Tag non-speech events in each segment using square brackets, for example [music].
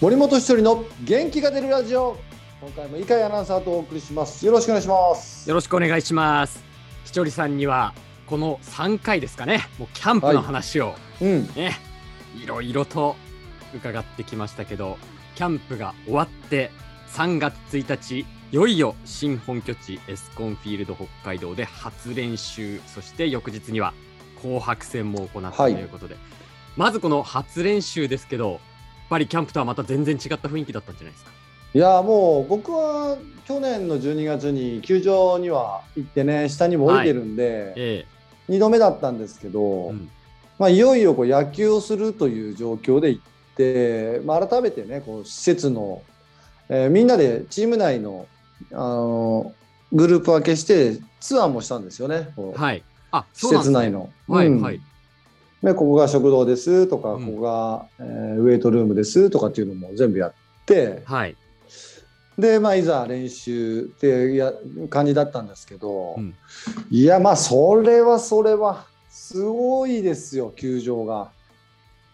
森本一人の元気が出るラジオ今回も伊海アナウンサーとお送りしますよろしくお願いしますよろしくお願いします。ひとりさんにはこの3回ですかね、もうキャンプの話をうんね、い、ろいろと伺ってきましたけど、キャンプが終わって3月1日、いよいよ新本拠地エスコンフィールド北海道で初練習、そして翌日には紅白戦も行ったとはいいうことで、まずこの初練習ですけど、やっぱりキャンプとはまた全然違った雰囲気だったんじゃないですか。いやもう僕は去年の12月に球場には行ってね下にも降りてるんで、え二2度目だったんですけど、えうんまあ、いよいよこう野球をするという状況で行って、まあ、改めてねこう施設の、えーみんなでチーム内の、あのグループ分けしてツアーもしたんですよね、こうはい。あ、施そうなん設ですね内。の。はい、うんはい。でここが食堂ですとか、うんここが、えーウェイトルームですとかっていうのも全部やってはい。で、まあ、いざ練習っていうや感じだったんですけど、うんいやまあそれはそれはすごいですよ球場が。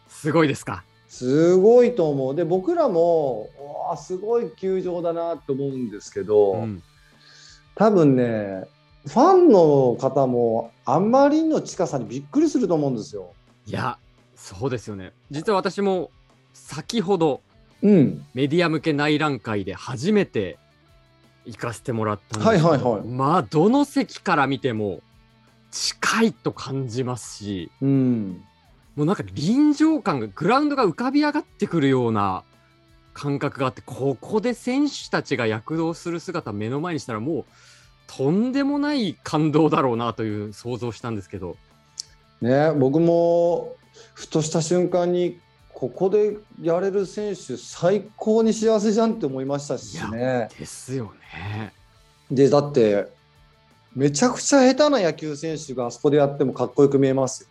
すごいですか。すごいと思うで僕らもうわすごい球場だなと思うんですけど、うん、多分ねファンの方もあまりの近さにびっくりすると思うんですよ。いや、そうですよね。実は私も先ほどうん、メディア向け内覧会で初めて行かせてもらったんですけどはいはいはいまあ、どの席から見ても近いと感じますし、うんもうなんか臨場感が、グラウンドが浮かび上がってくるような感覚があって、ここで選手たちが躍動する姿目の前にしたらもう、とんでもない感動だろうなという想像したんですけど、ね、僕もふとした瞬間にここでやれる選手最高に幸せじゃんって思いましたしね。ですよね。でだってめちゃくちゃ下手な野球選手があそこでやってもかっこよく見えますよ。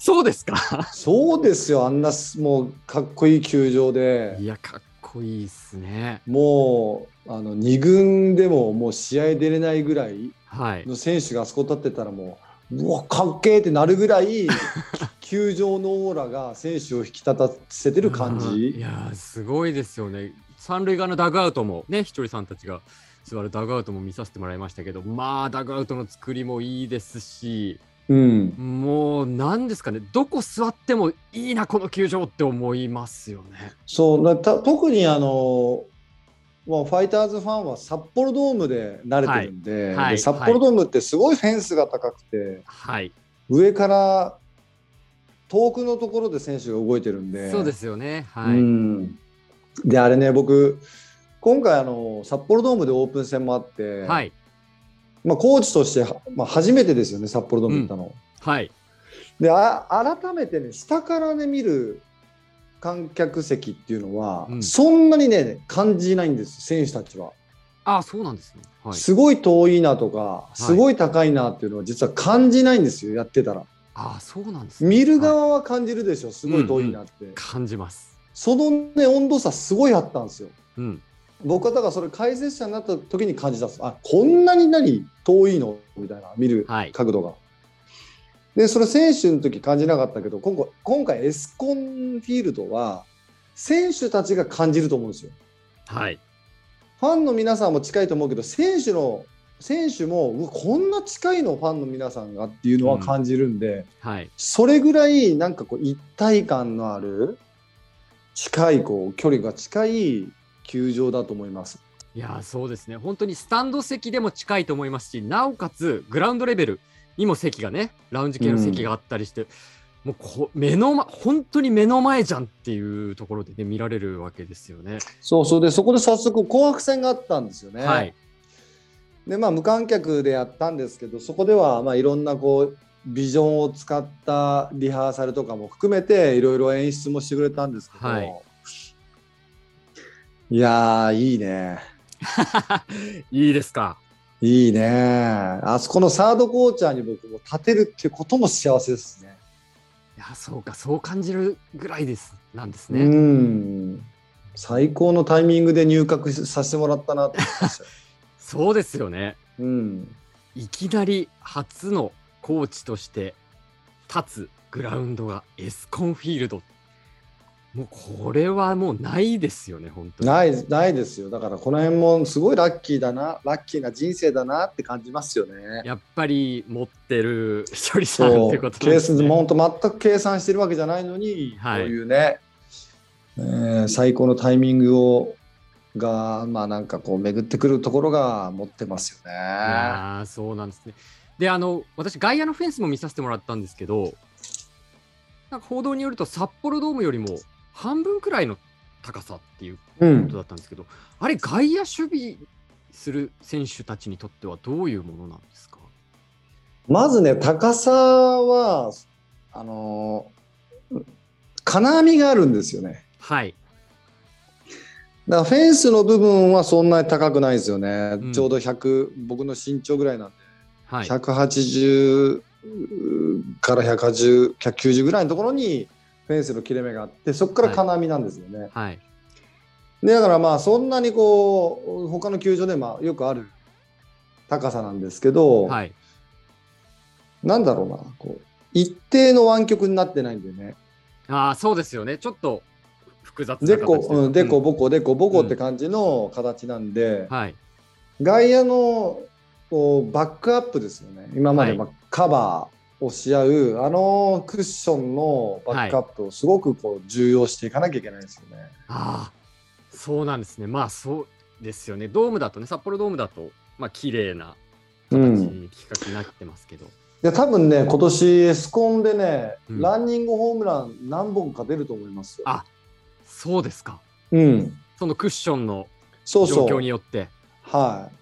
そうですかそうですよあんなすもうかっこいい球場でいや、かっこいいっすね。もうあの2軍でももう試合出れないぐらいはい。の選手があそこ立ってたらもううわかっけーってなるぐらい球場のオーラが選手を引き立たせてる感うんじい。やー、すごいですよね。三塁側のダグアウトも、ね、ひとりさんたちが座るダグアウトも見させてもらいましたけど、まあ、ダグアウトの作りもいいですし、うんもう、なんですかね、どこ座ってもいいな、この球場って思いますよね。そうなた特にあの、まあ、ファイターズファンは札幌ドームで慣れてるんで,で、はいはい札幌ドームってすごいフェンスが高くて、はい。上から遠くのところで選手が動いてるんでそうですよね。はうい。ん、であれね僕今回あの札幌ドームでオープン戦もあって、はい。まあ、コーチとして、まあ、初めてですよね札幌ドーム行ったの。はい。であ改めてね下からね見る観客席っていうのは、うんそんなにね感じないんです選手たちは、あ、そうなんですね。はい。すごい遠いなとかすごい高いなっていうのは実は感じないんですよやってたらあ、そうなんですね、見るはい側は感じるでしょすごい遠いなって、感じます。そのね温度差すごいあったんですようん。僕はだからそれ解説者になった時に感じたんですあこんなに何遠いのみたいな見るはい角度が、でそれ選手の時感じなかったけど今回今回エスコンフィールドは選手たちが感じると思うんですよはい。ファンの皆さんも近いと思うけど選手の選手もうわこんな近いのファンの皆さんがっていうのは感じるんで、はい。それぐらいなんかこう一体感のある近いこう距離が近い球場だと思います。いやーそうですね、本当にスタンド席でも近いと思いますし、なおかつグラウンドレベルにも席がね、ラウンジ系の席があったりして、もうこ目の、ま、本当に目の前じゃんっていうところで、ね、見られるわけですよね。そうそうでそこで早速紅白戦があったんですよね。はい、 [laughs] でまあ無観客でやったんですけどそこではまあいろんなこうビジョンを使ったリハーサルとかも含めていろいろ演出もしてくれたんですけど、はいい、やーいいねいいですか。いいねあそこのサードコーチャーに僕も立てるってことも幸せですね。いやーそうか、そう感じるぐらいですなんですうね。ん最高のタイミングで入閣させてもらったなって思いました [laughs] よそうですよね。うん、いきなり初のコーチとして立つグラウンドがエスコンフィールド。もうこれはもうないですよね、本当に。ないないですよだからこの辺もすごいラッキーだなラッキーな人生だなって感じますよね。 [laughs] やっぱり持ってるひとりさんそっうてことなんケでーすスね。もう本当全く計算してるわけじゃないのに、はいこういうね、えー最高のタイミングをがまあなんかこう巡ってくるところが持ってますよね。いやーそうなんですね。で、あの、私、外野のフェンスも見させてもらったんですけど、なんか報道によると、札幌ドームよりも半分くらいの高さっていううことん、だったんですけど、あれ、外野守備する選手たちにとってはどういうものなんですかまずね高さはあのー金網があるんですよね。はい。だからフェンスの部分はそんなに高くないですよね、うんちょうど100僕の身長ぐらいなんで、はい。 180から180 190ぐらいのところにフェンスの切れ目があってそこから金網なんですよね、はい。でだからまあそんなにこう他の球場でまあよくある高さなんですけど、はい。なんだろうなこう一定の湾曲になってないんでねああ、そうですよね。ちょっと複雑なで形こというかうんでこうんぼこでこぼこって感じの形なんで、はい。外野のこうバックアップですよね、今まではいまあカバーをし合う、あのクッションのバックアップをすごくこう重要していかなきゃいけないですよね。ああ、そうなんですね。まあそうですよね。ドームだとね、札幌ドームだと、まあ綺麗なう形ん、に企画になってますけど。で多分ね、今年エスコンでね、うんランニングホームラン何本か出ると思いますよ。あそうですか。うん、そのクッションのそ状うそう。況によって。はい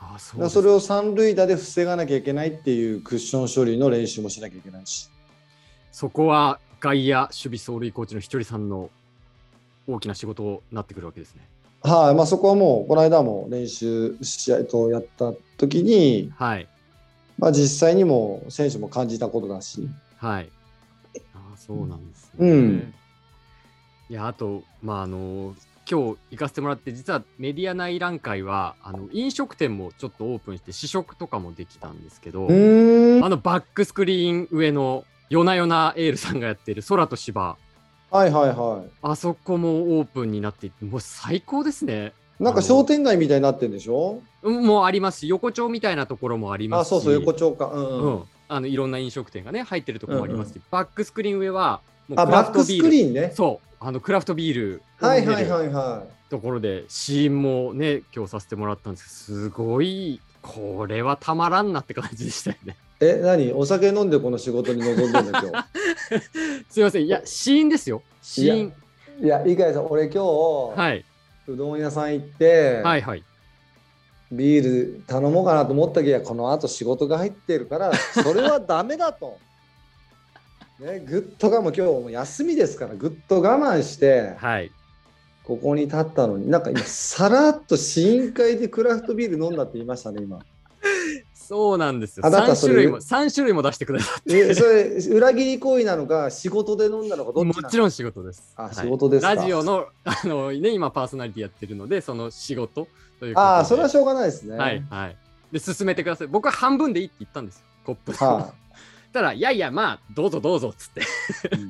ああ、そだからうですそれを三塁打で防がなきゃいけないっていうクッション処理の練習もしなきゃいけないし。そこは外野守備走塁コーチのひとりさんの大きな仕事になってくるわけですね。はい、まあ、そこはもう、この間も練習試合とやった時に、はい。まあ、実際にも選手も感じたことだし、はい。ああ、そうなんですね。うんいや、あと、まあ、あの、今日行かせてもらって、実はメディア内覧会は、あの、飲食店もちょっとオープンして、試食とかもできたんですけど、ーんあの、バックスクリーン上の、夜な夜なエールさんがやってる空と芝、はいはいはあそこもオープンになっていて、もう最高ですね。いなんか商店街みたいになってんでしょうんもうありますし、横丁みたいなところもありますあし。そうそう横丁かうん、ううんん、あのいろんな飲食店がね入ってるところもありますけど、バックスクリーン上はもうあクラバッフクトスビクールリーンねそうあのクラフトビールをはい飲はいめはるいはところで試飲もね今日させてもらったんですけどすごいこれはたまらんなって感じでしたよね [laughs] いえ何お酒飲んでこの仕事に臨んでんだ今すいませんいや試飲ですよ試飲日 [laughs] いやいいかいさん俺今日、はい、うどん屋さん行って、はいはいビール頼もうかなと思ったけどこのあと仕事が入ってる [laughs] からそれはダメだとねぐっと我慢今日もう休みですからぐっと我慢してはいここに立ったのに、なんか今、さらっと試飲会でクラフトビール飲んだって言いましたね、今。そうなんですよあなた3そ種れ類も三種類も出してくださっえ、それ、裏切り行為なのか、仕事で飲んだのか、どてっもちなのちろん仕事ですあはい仕事ですかラジオのあの、ね、今パーソナリティやってるのでその仕事ということでああ、それはしょうがないですね。はい。はい。で、進めてください。僕は半分でいいって言ったんですよ、コップの。は [laughs] たら、いやいや、まあ、どうぞどうぞっつって、い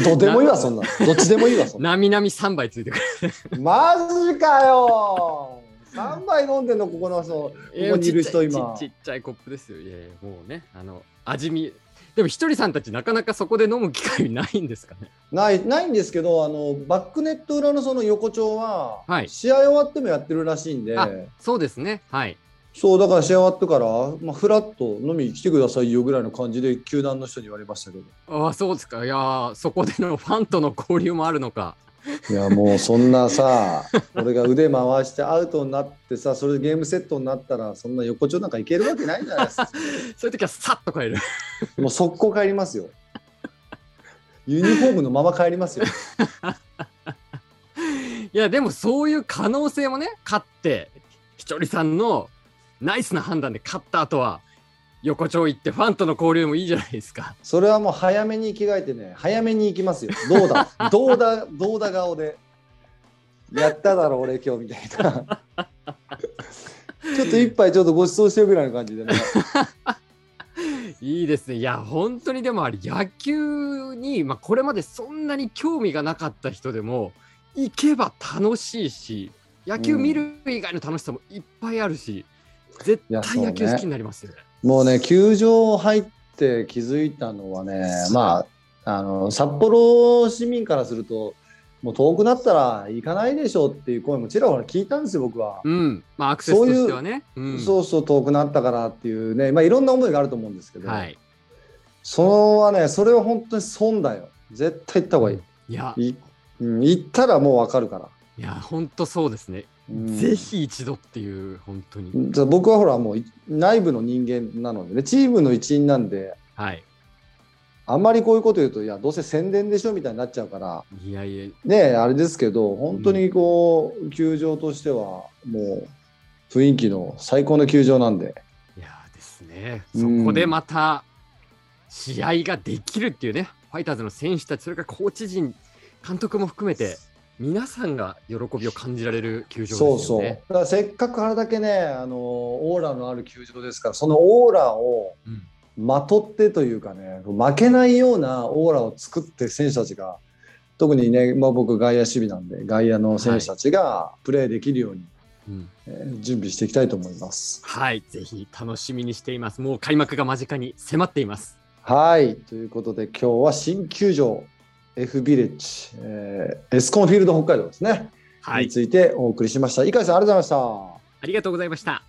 うんどうでもいいわ、そんなの。どっちでもいいわ、そんな [laughs] なみなみ3杯ついてくる。の。マジかよ3杯飲んでんの、ここの人。ここにいる人いや今ちっちゃいちっちゃいコップですよ。いやいや、もうね、あの、味見。でも、ひとりさんたち、なかなかそこで飲む機会ないんですかね。ない、ないんですけど、あの、バックネット裏のその横丁は、はい試合終わってもやってるらしいんで、あそうですね。はい。そうだから試合終わってから、まあ、フラッと飲みに来てくださいよぐらいの感じで球団の人に言われましたけどああ、そうですか。いやー、そこでのファンとの交流もあるのか。いやもうそんなさ俺が腕回してアウトになってさそれでゲームセットになったらそんな横丁なんかいけるわけないじゃないですかそう [laughs] いう時は、さっと帰る。 [laughs] もう速攻帰りますよユニフォームのまま帰りますよいや、でも、そういう可能性もね、勝って、ひとりさんのナイスな判断で勝った後は、横丁行ってファンとの交流もいいじゃないですか。それはもう早めに着替えてね早めに行きますよどう [laughs] だどうだどうだ顔でやっただろ俺今日みたい [laughs] なちょっと一杯ちょっとご馳走してよぐらいの感じでねいいですね。いや、本当にでもあれ、野球に、まあ、これまでそんなに興味がなかった人でも、行けば楽しいし、野球見る以外の楽しさもいっぱいあるし、絶いやそう対ね野球好きになりますよね。もうね、球場入って気づいたのはね、まあ、あの札幌市民からすると、もう遠くなったら行かないでしょうっていう声もちらほら聞いたんですよ、僕は。うん。まあ、アクセスとしてはね。うんそうそう遠くなったからっていうね、まあ、いろんな思いがあると思うんですけど、はい。そのはね、それは本当に損だよ。絶対行った方がいい。いや、いうん行ったらもう分かるから。いや、本当そうですね。うんぜひ一度っていう、本当に。じゃあ僕はほらもうい内部の人間なのでねチームの一員なんではい。あんまりこういうこと言うといやどうせ宣伝でしょみたいになっちゃうからいやいや、ねあれですけど本当にこう、球場としてはもう雰囲気の最高の球場なんでいやですね、そうんこでまた試合ができるっていうね、ファイターズの選手たち、それからコーチ陣、監督も含めて、皆さんが喜びを感じられる球場そうですよそうだね。からせっかくあれだけねあのオーラのある球場ですからそのオーラをうんまとってというかね負けないようなオーラを作って選手たちが特にね、まあ、僕外野守備なんで外野の選手たちがプレーできるように、うんえー準備していきたいと思います。はい、ぜひ楽しみにしています。もう開幕が間近に迫っています。はいということで今日は新球場 F ビレッジ、えーエスコンフィールド北海道ですね、はいに、ついてお送りしました。井上さんありがとうございましたありがとうございました。